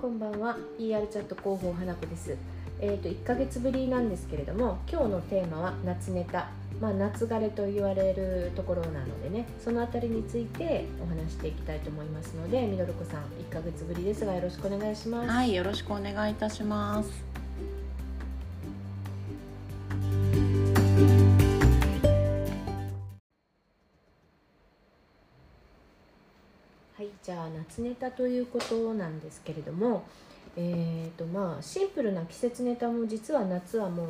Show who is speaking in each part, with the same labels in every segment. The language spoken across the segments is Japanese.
Speaker 1: こんばんは ER チャット広報花子ですえーと1ヶ月ぶりなんですけれども今日のテーマは夏ネタまあ夏枯れと言われるところなのでねそのあたりについてお話していきたいと思いますのでみどるこさん1ヶ月ぶりですがよろしくお願いします
Speaker 2: はい、よろしくお願いいたします。
Speaker 1: はい、じゃあ夏ネタということなんですけれども、えーとまあ、シンプルな季節ネタも実は夏はもう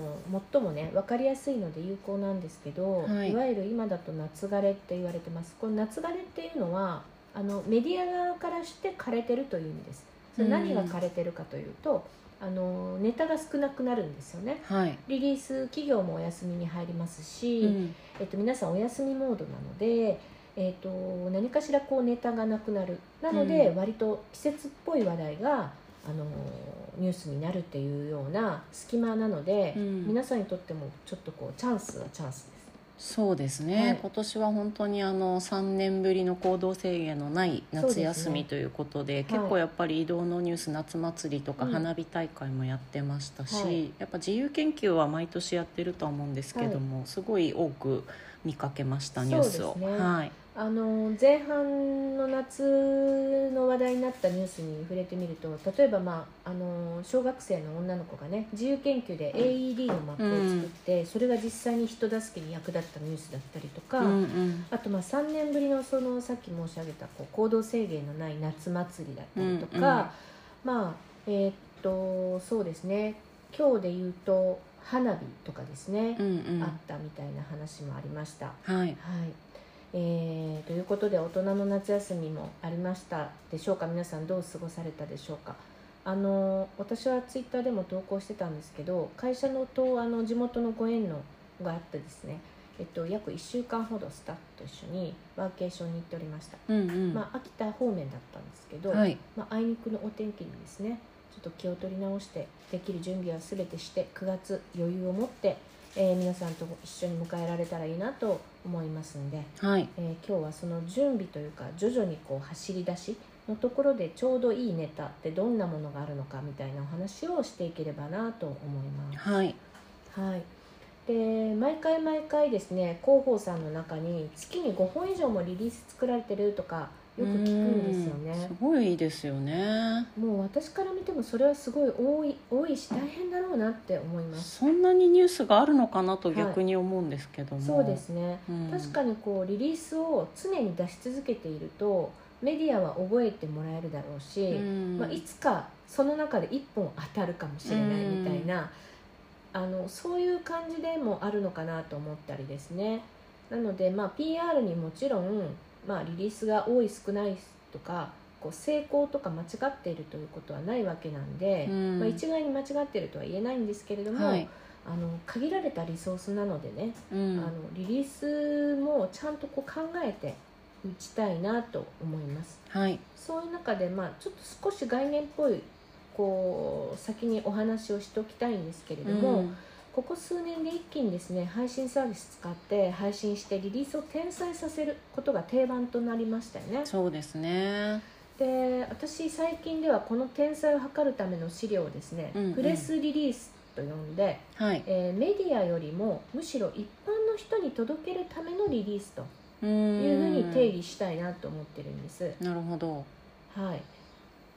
Speaker 1: 最もね分かりやすいので有効なんですけど、
Speaker 2: はい
Speaker 1: いわゆる今だと夏枯れって言われてますこの夏枯れっていうのはあのメディア側からして枯れてるという意味ですそれ何が枯れてるかというと、あのネタが少なくなるんですよね
Speaker 2: はい。
Speaker 1: リリース企業もお休みに入りますし、
Speaker 2: うん
Speaker 1: えっと、皆さんお休みモードなので、えっと、何かしらこうネタがなくなるなので、
Speaker 2: うん
Speaker 1: 割と季節っぽい話題が、あのーニュースになるっていうような隙間なので、
Speaker 2: うん
Speaker 1: 皆さんにとってもちょっとこうチャンスはチャンスです。
Speaker 2: そうですね、
Speaker 1: はい
Speaker 2: 今年は本当にあの3年ぶりの行動制限のない夏休みということで
Speaker 1: そうですね
Speaker 2: 結構やっぱり移動のニュース夏祭りとか
Speaker 1: うん
Speaker 2: 花火大会もやってましたし、
Speaker 1: はい
Speaker 2: やっぱ自由研究は毎年やってるとは思うんですけども、すごい多く見かけましたニュース
Speaker 1: そ
Speaker 2: を、
Speaker 1: うですね
Speaker 2: はい、
Speaker 1: あのー前半の夏の話題になったニュースに触れてみると例えば、まああのー小学生の女の子がね自由研究で AED のマップを作って、それが実際に人助けに役立ったニュースだったりとか、
Speaker 2: うんうん
Speaker 1: あとまあ3年ぶりのそのさっき申し上げたこう行動制限のない夏祭りだったりとか、まあえーっとそうですね今日で言うと花火とかですね
Speaker 2: う、んうん
Speaker 1: あったみたいな話もありました。
Speaker 2: はい
Speaker 1: はいえーということで大人の夏休みもありましたでしょうか皆さんどう過ごされたでしょうかあの私はツイッターでも投稿してたんですけど会社のとあの地元のご縁のがあってですね、えっと、約1週間ほどスタッフと一緒にワーケーションに行っておりました、
Speaker 2: うんうん、
Speaker 1: まあ、秋田方面だったんですけど、
Speaker 2: はい
Speaker 1: まあ、あいにくのお天気にですねちょっと気を取り直してできる準備は全てして9月余裕を持って、えー皆さんと一緒に迎えられたらいいなと思いますんで、
Speaker 2: はい
Speaker 1: えー今日はその準備というか徐々にこう走り出しのところでちょうどいいネタってどんなものがあるのかみたいなお話をしていければなと思います。
Speaker 2: はい
Speaker 1: はい、で毎回毎回ですね広報さんの中に月に5本以上もリリース作られてるとかよく聞くんですよね。
Speaker 2: うんすごいですよね
Speaker 1: もう私から見てもそれはすごい多い多いし大変だろうなって思います
Speaker 2: そんなにニュースがあるのかなと
Speaker 1: はい
Speaker 2: 逆に思うんですけども、
Speaker 1: そうですね、
Speaker 2: うん
Speaker 1: 確かにこうリリースを常に出し続けているとメディアは覚えてもらえるだろうし、
Speaker 2: うん
Speaker 1: まあ、いつかその中で1本当たるかもしれないみたいな、あのそういう感じでもあるのかなと思ったりですねなので、まあ、PR にもちろん、まあ、リリースが多い少ないとかこう成功とか間違っているということはないわけなんで、
Speaker 2: うん
Speaker 1: まあ、一概に間違っているとは言えないんですけれども、
Speaker 2: はい
Speaker 1: あの限られたリソースなのでね、
Speaker 2: うん
Speaker 1: あのリリースもちゃんとこう考えて打ちたいなと思います。
Speaker 2: はい
Speaker 1: そういう中で、まあ、ちょっと少し概念っぽいこう先にお話をしておきたいんですけれども、
Speaker 2: うん
Speaker 1: ここ数年で一気にですね配信サービス使って配信してリリースを転載させることが定番となりましたよね
Speaker 2: そうですね
Speaker 1: で私最近ではこの転載を図るための資料をですね、
Speaker 2: うんうん
Speaker 1: プレスリリースと呼んで、
Speaker 2: はい
Speaker 1: えーメディアよりもむしろ一般の人に届けるためのリリースと
Speaker 2: い
Speaker 1: いうふうに定
Speaker 2: 義
Speaker 1: 義したいなと思ってるんです、
Speaker 2: なるほど
Speaker 1: はい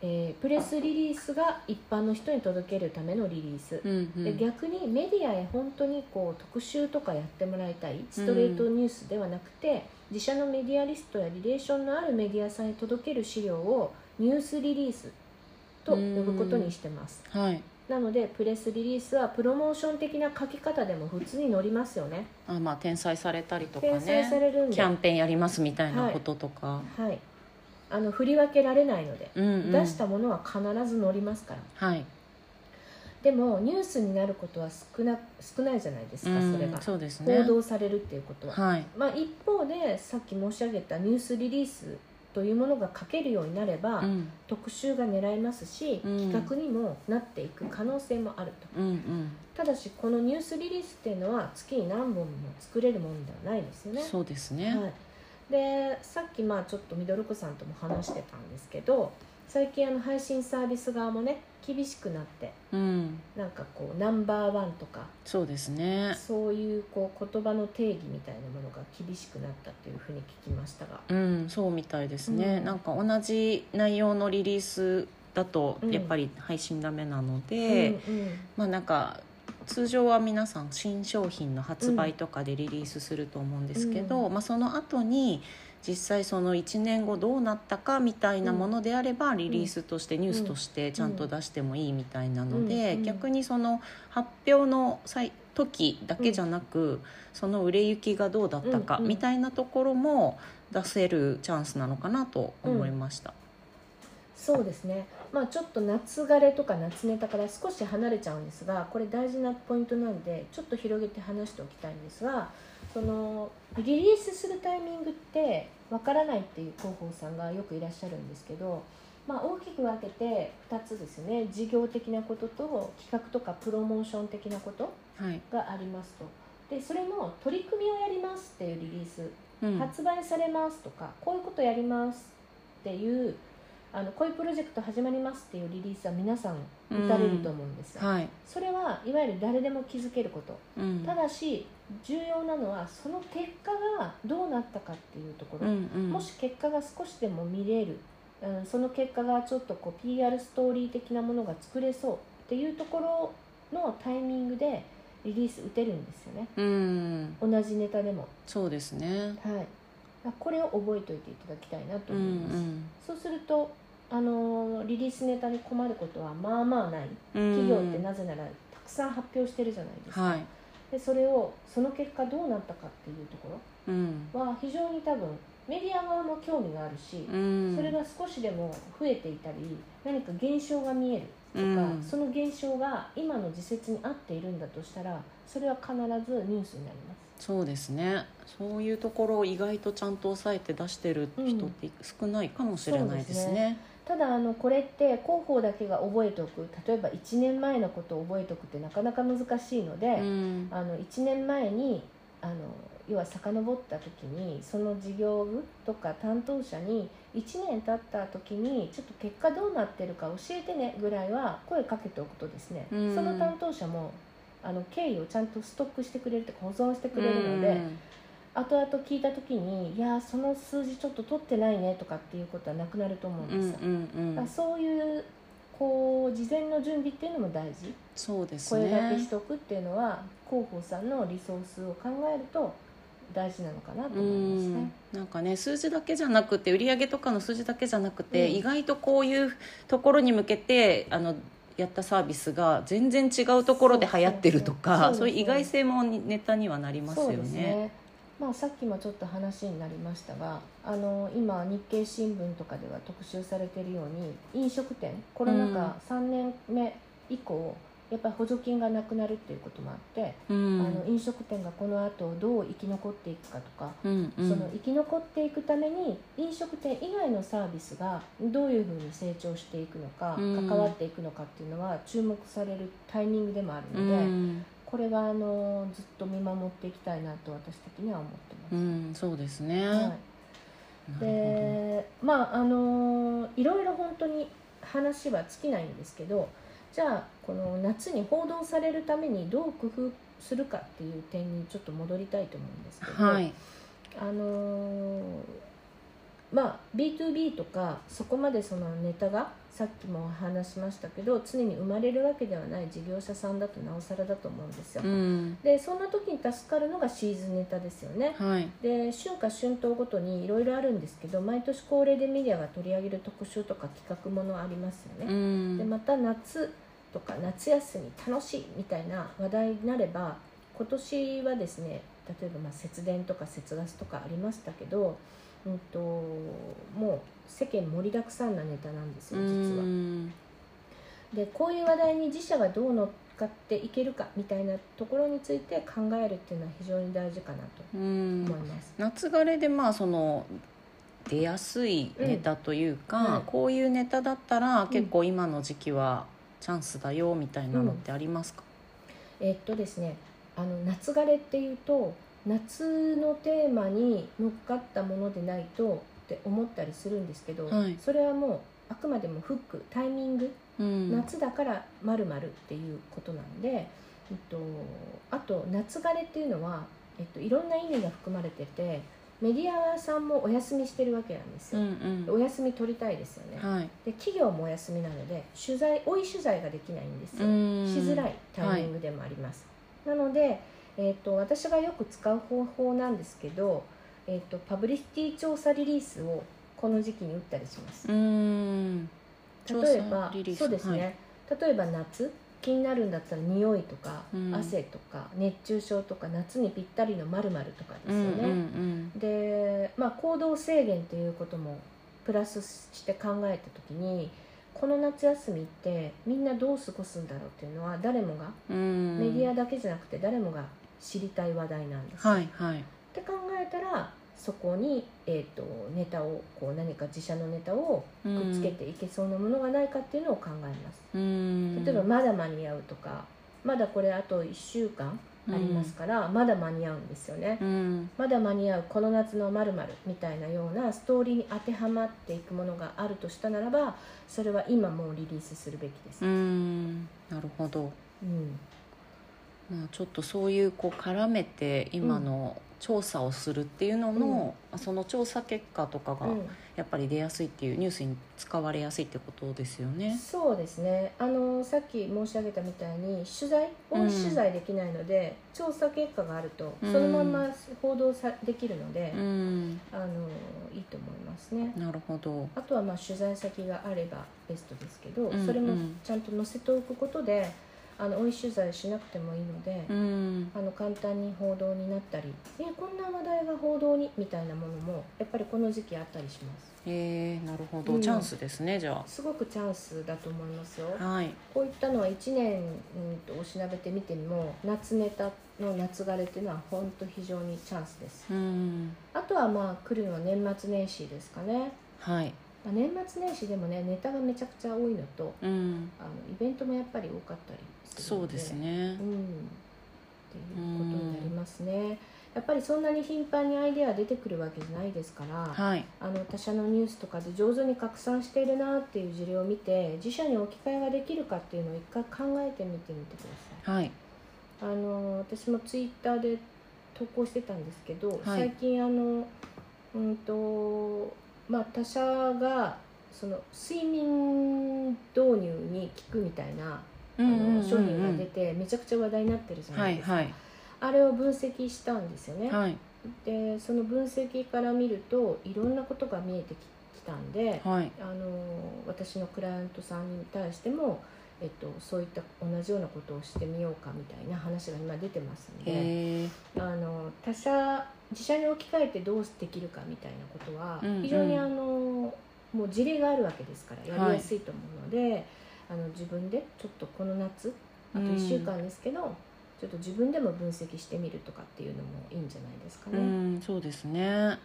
Speaker 1: えープレスリリースが一般の人に届けるためのリリース、
Speaker 2: うんうん
Speaker 1: で逆にメディアへ本当にこう特集とかやってもらいたいストレートニュースではなくて、自社のメディアリストやリレーションのあるメディアさんに届ける資料をニュースリリースと呼ぶことにしてます、
Speaker 2: はい
Speaker 1: なのでプレスリリースはプロモーション的な書き方でも普通に載りますよね
Speaker 2: あまあ転載されたりとか
Speaker 1: 掲載さ
Speaker 2: ね
Speaker 1: れるん
Speaker 2: キ
Speaker 1: で、
Speaker 2: ャ
Speaker 1: は
Speaker 2: ンペーンやりますみたいなこととか、
Speaker 1: い、あの振り分けられないので、
Speaker 2: うんうん
Speaker 1: 出したものは必ず載りますから
Speaker 2: はい
Speaker 1: でもニュースになることは少な少ないじゃないですか、
Speaker 2: うん
Speaker 1: それが
Speaker 2: そうですね
Speaker 1: 報道されるっていうことは、
Speaker 2: はい
Speaker 1: まあ、一方でさっき申し上げたニュースリリースというものが書けるようになれば、
Speaker 2: うん
Speaker 1: 特集が狙えますし、
Speaker 2: うん
Speaker 1: 企画にもなっていく可能性もあると
Speaker 2: うんうん
Speaker 1: ただしこのニュースリリースっていうのは月に何本も作れるものではないですよね
Speaker 2: そうですね、
Speaker 1: はい、でさっきまあちょっとミドル子さんとも話してたんですけど最近あの配信サービス側もね厳しくなって
Speaker 2: うん、
Speaker 1: なんかこうナンバーワンとか
Speaker 2: そうですね。
Speaker 1: そういうこう言葉の定義みたいなものが厳しくなったというふうに聞きましたが、
Speaker 2: うん、そうみたいですね、
Speaker 1: うん
Speaker 2: なんか同じ内容のリリースだと
Speaker 1: うん
Speaker 2: やっぱり配信ダメなので、
Speaker 1: うんうん
Speaker 2: まあなんか通常は皆さん新商品の発売とかでリリースすると思うんですけど、
Speaker 1: う
Speaker 2: まあ、その後に実際その1年後どうなったかみたいなものであればリリースとしてニュースとしてちゃんと出してもいいみたいなので、
Speaker 1: うん
Speaker 2: 逆にその発表の際時だけじゃなく、その売れ行きがどうだったか
Speaker 1: うんうん
Speaker 2: みたいなところも出せるチャンスなのかなと思いました。
Speaker 1: そうですね、まあ、ちょっと夏枯れとか夏ネタから少し離れちゃうんですがこれ大事なポイントなんでちょっと広げて話しておきたいんですがそのリリースするタイミングってわからないっていう広報さんがよくいらっしゃるんですけど、まあ、大きく分けて2つですね事業的なことと企画とかプロモーション的なこと
Speaker 2: はい、
Speaker 1: がありますと。でそれの取り組みをやりますっていうリリース
Speaker 2: うん
Speaker 1: 発売されますとかこういうことやりますっていうあのこういうプロジェクト始まりますっていうリリースは皆さん打たれると思うんですよ、
Speaker 2: はい、
Speaker 1: それはいわゆる誰でも気づけること
Speaker 2: うん、
Speaker 1: ただし重要なのはその結果がどうなったかっていうとこ
Speaker 2: う
Speaker 1: ろ、
Speaker 2: んうん、
Speaker 1: もし結果が少しでも見れる、うん、その結果がちょっとこう PR ストーリー的なものが作れそうっていうところのタイミングでリリース打てるんですよね
Speaker 2: うん、
Speaker 1: 同じネタでも
Speaker 2: そうですね。
Speaker 1: はい、あこれを覚えておいていただきたいなと
Speaker 2: うん
Speaker 1: 思います、そうすると、あのーリリースネタに困ることはまあまあない
Speaker 2: うん、
Speaker 1: 企業ってなぜならたくさん発表してるじゃないですか、
Speaker 2: はい、
Speaker 1: でそれをその結果どうなったかっていうとこ
Speaker 2: うん、
Speaker 1: ろは非常に多分メディア側も興味があるし、
Speaker 2: うん、
Speaker 1: それが少しでも増えていたり何か現象が見える
Speaker 2: う
Speaker 1: とか、
Speaker 2: ん、
Speaker 1: その現象が今の時節に合っているんだとしたらそれは必ずニュースになります
Speaker 2: そうですね。そういうところを意外とちゃんと抑えて出してる人って少ないかもしれないですね。
Speaker 1: ただあのこれって広報だけが覚えておく例えば1年前のことを覚えておくってなかなか難しいので、
Speaker 2: うん、
Speaker 1: あの1年前にあの要は遡った時にその事業部とか担当者に1年経った時にちょっと結果どうなってるか教えてねぐらいは声かけておくとですね、
Speaker 2: うん
Speaker 1: その担当者もあの経緯をちゃんとストックしてくれるとか保存してくれるので。後々聞いた時にいやーその数字ちょっと取ってないねとかっていうことはなくなると思うん
Speaker 2: う
Speaker 1: で
Speaker 2: ん、
Speaker 1: す
Speaker 2: う
Speaker 1: よ、
Speaker 2: ん、うん、う
Speaker 1: だから
Speaker 2: ん、
Speaker 1: そういうこう事前の準備っていうのも大事
Speaker 2: そうです
Speaker 1: 声掛け
Speaker 2: ね
Speaker 1: し。ておくっていうのは広報さんのリソースを考えると大事なのかなと
Speaker 2: う
Speaker 1: 思いますね
Speaker 2: ん。なんかね数字だけじゃなくて売上とかの数字だけじゃなくて、
Speaker 1: うん
Speaker 2: 意外とこういうところに向けてあのやったサービスが全然違うところで流行ってるとか
Speaker 1: そ
Speaker 2: そう
Speaker 1: そうそう
Speaker 2: ういう意外性もネタにはなりますよ
Speaker 1: そうです
Speaker 2: ね。
Speaker 1: ねまあ、さっきもちょっと話になりましたがあの今日経新聞とかでは特集されているように飲食店コロナ禍3年目以降、やっぱり補助金がなくなるっていうこともあって、
Speaker 2: う
Speaker 1: あ
Speaker 2: ん
Speaker 1: の飲食店がこの後どう生き残っていくかとか、
Speaker 2: うんう
Speaker 1: その
Speaker 2: ん
Speaker 1: 生き残っていくために飲食店以外のサービスがどういうふうに成長していくのか、
Speaker 2: うん
Speaker 1: 関わっていくのかっていうのは注目されるタイミングでもある
Speaker 2: う
Speaker 1: ので、
Speaker 2: ん
Speaker 1: これはあのずっと見守っていきたいなと私的には思って
Speaker 2: う
Speaker 1: ます。
Speaker 2: ん、そうですね。
Speaker 1: はい
Speaker 2: なる
Speaker 1: でまああのいろいろ本当に話は尽きないんですけどじゃあこの夏に報道されるためにどう工夫するかっていう点にちょっと戻りたいと思うんですけ
Speaker 2: ほ
Speaker 1: ど、
Speaker 2: どはい、
Speaker 1: あのーまあ B2B とかそこまでそのネタがさっきもお話しましたけど常に生まれるわけではない事業者さんだとなおさらだと思うんですよ、
Speaker 2: うん、
Speaker 1: でそんな時に助かるのがシーズンネタですよね
Speaker 2: はい、
Speaker 1: で春夏春冬ごとにいろいろあるんですけど毎年恒例でメディアが取り上げる特集とか企画ものありますよね、
Speaker 2: うん、
Speaker 1: でまた夏とか夏休み楽しいみたいな話題になれば今年はですね例えばまあ節電とか節ガスとかありましたけど、うん、ともう世間盛りだくさんなネタなんですよ
Speaker 2: う
Speaker 1: 実は。
Speaker 2: ん、
Speaker 1: でこういう話題に自社がどう乗っかっていけるかみたいなところについて考えるっていうのは非常に大事かなと
Speaker 2: うん
Speaker 1: 思います。
Speaker 2: 夏枯れでまあその出やすいネタというか、
Speaker 1: うんはい
Speaker 2: こういうネタだったら結構今の時期はチャンスだよみたいなのってありますか、
Speaker 1: えっとですねあの夏枯れっていうと夏のテーマに乗っかったものでないとって思ったりするんですけど、
Speaker 2: はい
Speaker 1: それはもうあくまでもフックタイミング、
Speaker 2: うん
Speaker 1: 夏だからまるっていうことなんで、えっと、あと夏枯れっていうのは、えっと、いろんな意味が含まれててメディアさんもお休みしてるわけなんです
Speaker 2: うん
Speaker 1: よ、
Speaker 2: う
Speaker 1: お
Speaker 2: ん
Speaker 1: 休み取りたいですよね、
Speaker 2: はい
Speaker 1: で企業もお休みなので取材追い取材ができないんですよ、
Speaker 2: うん
Speaker 1: しづらいタイミングでもあります、なので、えー、と私がよく使う方法なんですけど、えー、とパブリシティ調査リリースをこの時期に打ったりします
Speaker 2: うん
Speaker 1: 例えば
Speaker 2: 調査リリース
Speaker 1: そうですね、例えば夏気になるんだったら匂いとか、
Speaker 2: うん
Speaker 1: 汗とか熱中症とか夏にぴったりのまるとかです
Speaker 2: う
Speaker 1: よ
Speaker 2: ん
Speaker 1: ね、
Speaker 2: うん
Speaker 1: で、まあ、行動制限ということもプラスして考えた時にこの夏休みってみんなどう過ごすんだろうっていうのは誰もが、
Speaker 2: うんうん
Speaker 1: メディアだけじゃなくて誰もが知りたい話題なんです、
Speaker 2: は
Speaker 1: っ
Speaker 2: いはい
Speaker 1: て考えたらそこに、えー、とネタをこう何か自社のネタを
Speaker 2: く
Speaker 1: くっつけていけそうなものがないかっていうのを考えます、
Speaker 2: うん
Speaker 1: 例えば「まだ間に合う」とか「まだこれあと1週間ありますから、まだ間に合うんですよね」
Speaker 2: うん
Speaker 1: まだ間に合うこの夏のまるみたいなようなストーリーに当てはまっていくものがあるとしたならばそれは今もうリリースするべきです、
Speaker 2: う
Speaker 1: うん
Speaker 2: んなるほどまあ、ちょっとそういうこう絡めて今の調査をするっていうのの、その調査結果とかが
Speaker 1: うん
Speaker 2: やっぱり出やすいっていうニュースに使われやすいってことですよね。
Speaker 1: そうですねあのさっき申し上げたみたいに取材
Speaker 2: うん
Speaker 1: を取材できないので、調査結果があると
Speaker 2: うん
Speaker 1: そのまんま報道さできるので
Speaker 2: う、ん、
Speaker 1: あのいいと思いますね。
Speaker 2: なるほど。
Speaker 1: あとはまあ取材先があればベストですけど、
Speaker 2: うん
Speaker 1: それも
Speaker 2: うん
Speaker 1: ちゃんと載せておくことであの追い取材しなくてもいいので、
Speaker 2: うん、
Speaker 1: あの簡単に報道になったりえこんな話題が報道にみたいなものもやっぱりこの時期あったりします
Speaker 2: えー、なるほど、
Speaker 1: うん
Speaker 2: チャンスですねじゃ
Speaker 1: すごくチャンスだと思いますよ
Speaker 2: あ。はい。
Speaker 1: こういったのは1年うんとおしなべてみても夏ネタの夏枯れっていうのは本当非常にチャンスです
Speaker 2: うん、
Speaker 1: あとはまあ来るのは年末年始ですかね
Speaker 2: はい。
Speaker 1: まあ年末年始でもねネタがめちゃくちゃ多いのと
Speaker 2: うん、
Speaker 1: あのイベントもやっぱり多かったりする
Speaker 2: そ
Speaker 1: の
Speaker 2: うですね
Speaker 1: う。ん、っていうことになりますね。やっぱりそんなに頻繁にアイデア出てくるわけじゃないですから、
Speaker 2: はい。
Speaker 1: あの他社のニュースとかで上手に拡散しているなっていう事例を見て、自社に置き換えができるかっていうのを一回考えてみてみてくだ
Speaker 2: はい。
Speaker 1: さい。あの私もツイッターで投稿してたんですけど、最近あのうんとまあ他社がその睡眠導入に効くみたいな
Speaker 2: う
Speaker 1: あ
Speaker 2: ん
Speaker 1: の商品が出てめちゃくちゃ話題になってるじゃ
Speaker 2: は
Speaker 1: ない
Speaker 2: い
Speaker 1: ですか、
Speaker 2: はい
Speaker 1: あれを分析したんですよね、
Speaker 2: はい
Speaker 1: でその分析から見るといろんなことが見えてききたんで、
Speaker 2: はい。
Speaker 1: あの私のクライアントさんに対しても、えっと、そういった同じようなことをしてみようかみたいな話が今出てますんで
Speaker 2: へえ。
Speaker 1: あの他社自社に置き換えてどうできるかみたいなことは、
Speaker 2: うんうん
Speaker 1: 非常にあのもう事例があるわけですからやりやすいと思うので、あの自分でちょっとこの夏あと
Speaker 2: うん
Speaker 1: 1週間ですけど、ちょっと自分でも分析してみるとかっていうのもいいんじゃないですかね。
Speaker 2: う
Speaker 1: はい
Speaker 2: ん、そうですね。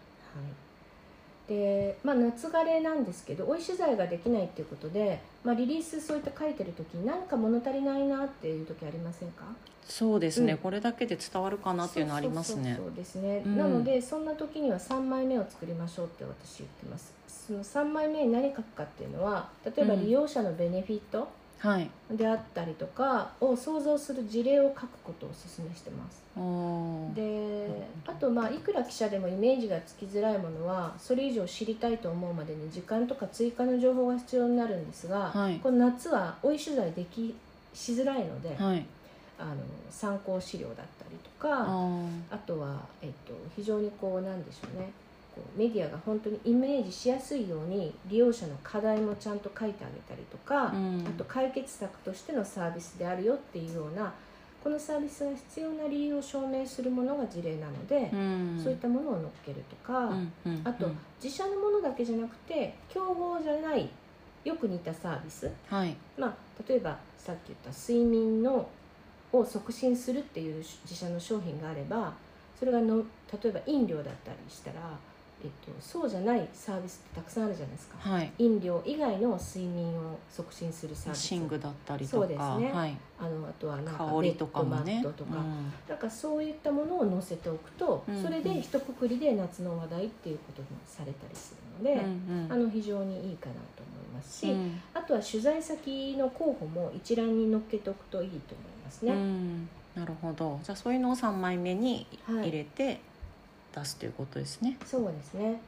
Speaker 1: でまあ、夏枯れなんですけど追い取材ができないっていうことで、まあ、リリースそういった書いてる時になんか物足りないなっていう時ありませんか
Speaker 2: そうですね、
Speaker 1: うん
Speaker 2: これだけで伝わるかなっていうのありますね
Speaker 1: そうそうそうそうですね、
Speaker 2: うん
Speaker 1: なのでそんな時には3枚目を作りましょうって私言ってますその3枚目に何書くかっていうのは例えば
Speaker 2: うん
Speaker 1: 利用者のベネフィット
Speaker 2: はい
Speaker 1: であったりとかを想像する事例を書くことをお勧めしてます
Speaker 2: おー
Speaker 1: であとまあいくら記者でもイメージがつきづらいものはそれ以上知りたいと思うまでに時間とか追加の情報が必要になるんですが、
Speaker 2: はい
Speaker 1: この夏は追い取材できしづらいので、
Speaker 2: はい
Speaker 1: あの参考資料だったりとか
Speaker 2: あー
Speaker 1: あとは、えっと、非常にこうなんでしょうねこうメディアが本当にイメージしやすいように利用者の課題もちゃんと書いてあげたりとか、
Speaker 2: うん
Speaker 1: あと解決策としてのサービスであるよっていうようなこのサービスが必要な理由を証明するものが事例なので
Speaker 2: う、ん
Speaker 1: そういったものを載っけるとか、
Speaker 2: うんうん
Speaker 1: あと
Speaker 2: うん
Speaker 1: 自社のものだけじゃなくて競合じゃないよく似たサービス、
Speaker 2: はい
Speaker 1: まあ、例えばさっき言った睡眠のを促進するっていう自社の商品があればそれがの例えば飲料だったりしたらえっと、そうじゃないサービスってたくさんあるじゃないですか
Speaker 2: はい
Speaker 1: 飲料以外の睡眠を促進するサービス
Speaker 2: 寝具だったりと
Speaker 1: そう
Speaker 2: か、
Speaker 1: ですね
Speaker 2: はい、
Speaker 1: あのあとはなんか
Speaker 2: 香りとかも
Speaker 1: ベッ
Speaker 2: ね
Speaker 1: ドマットとか、
Speaker 2: うん
Speaker 1: なんかそういったものを載せておくと、
Speaker 2: うん
Speaker 1: それで一括りで夏の話題っていうこともされたりするの
Speaker 2: う
Speaker 1: で、
Speaker 2: んうん
Speaker 1: あの非常にいいかなと思いますし、
Speaker 2: うん
Speaker 1: あとは取材先の候補も一覧に載っけておくといいと思います
Speaker 2: う
Speaker 1: ね。
Speaker 2: んなるほどじゃあそういうのを3枚目に
Speaker 1: は
Speaker 2: 入
Speaker 1: い、
Speaker 2: れて出すということですね、
Speaker 1: そうですね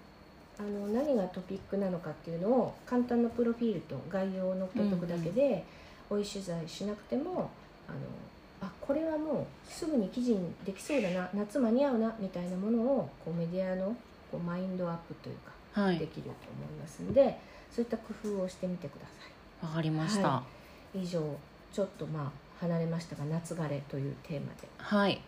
Speaker 1: あの何がトピックなのかっていうのを簡単なプロフィールと概要を載っけとくだけで、追い取材しなくてもあのあこれはもうすぐに記事にできそうだな夏間に合うなみたいなものをこうメディアのこうマインドアップというか
Speaker 2: は
Speaker 1: で
Speaker 2: い
Speaker 1: きると思いますのでそういった工夫をしてみてくださ
Speaker 2: わかりましたは
Speaker 1: はいう以上ちょっとまあ離れましたが夏枯れというテーマで
Speaker 2: い、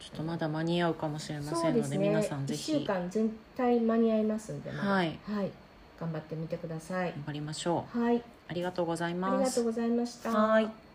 Speaker 2: ちょっとまだ間に合うかもしれませんので皆さんぜ
Speaker 1: 1
Speaker 2: ひ
Speaker 1: 週
Speaker 2: 頑
Speaker 1: 間全体間に合いますんで、まだ
Speaker 2: はい
Speaker 1: はい、頑張ってみてください
Speaker 2: 張りましょう
Speaker 1: はい
Speaker 2: ありがとうござい
Speaker 1: あり
Speaker 2: ま
Speaker 1: がとう
Speaker 2: す
Speaker 1: ございました
Speaker 2: はい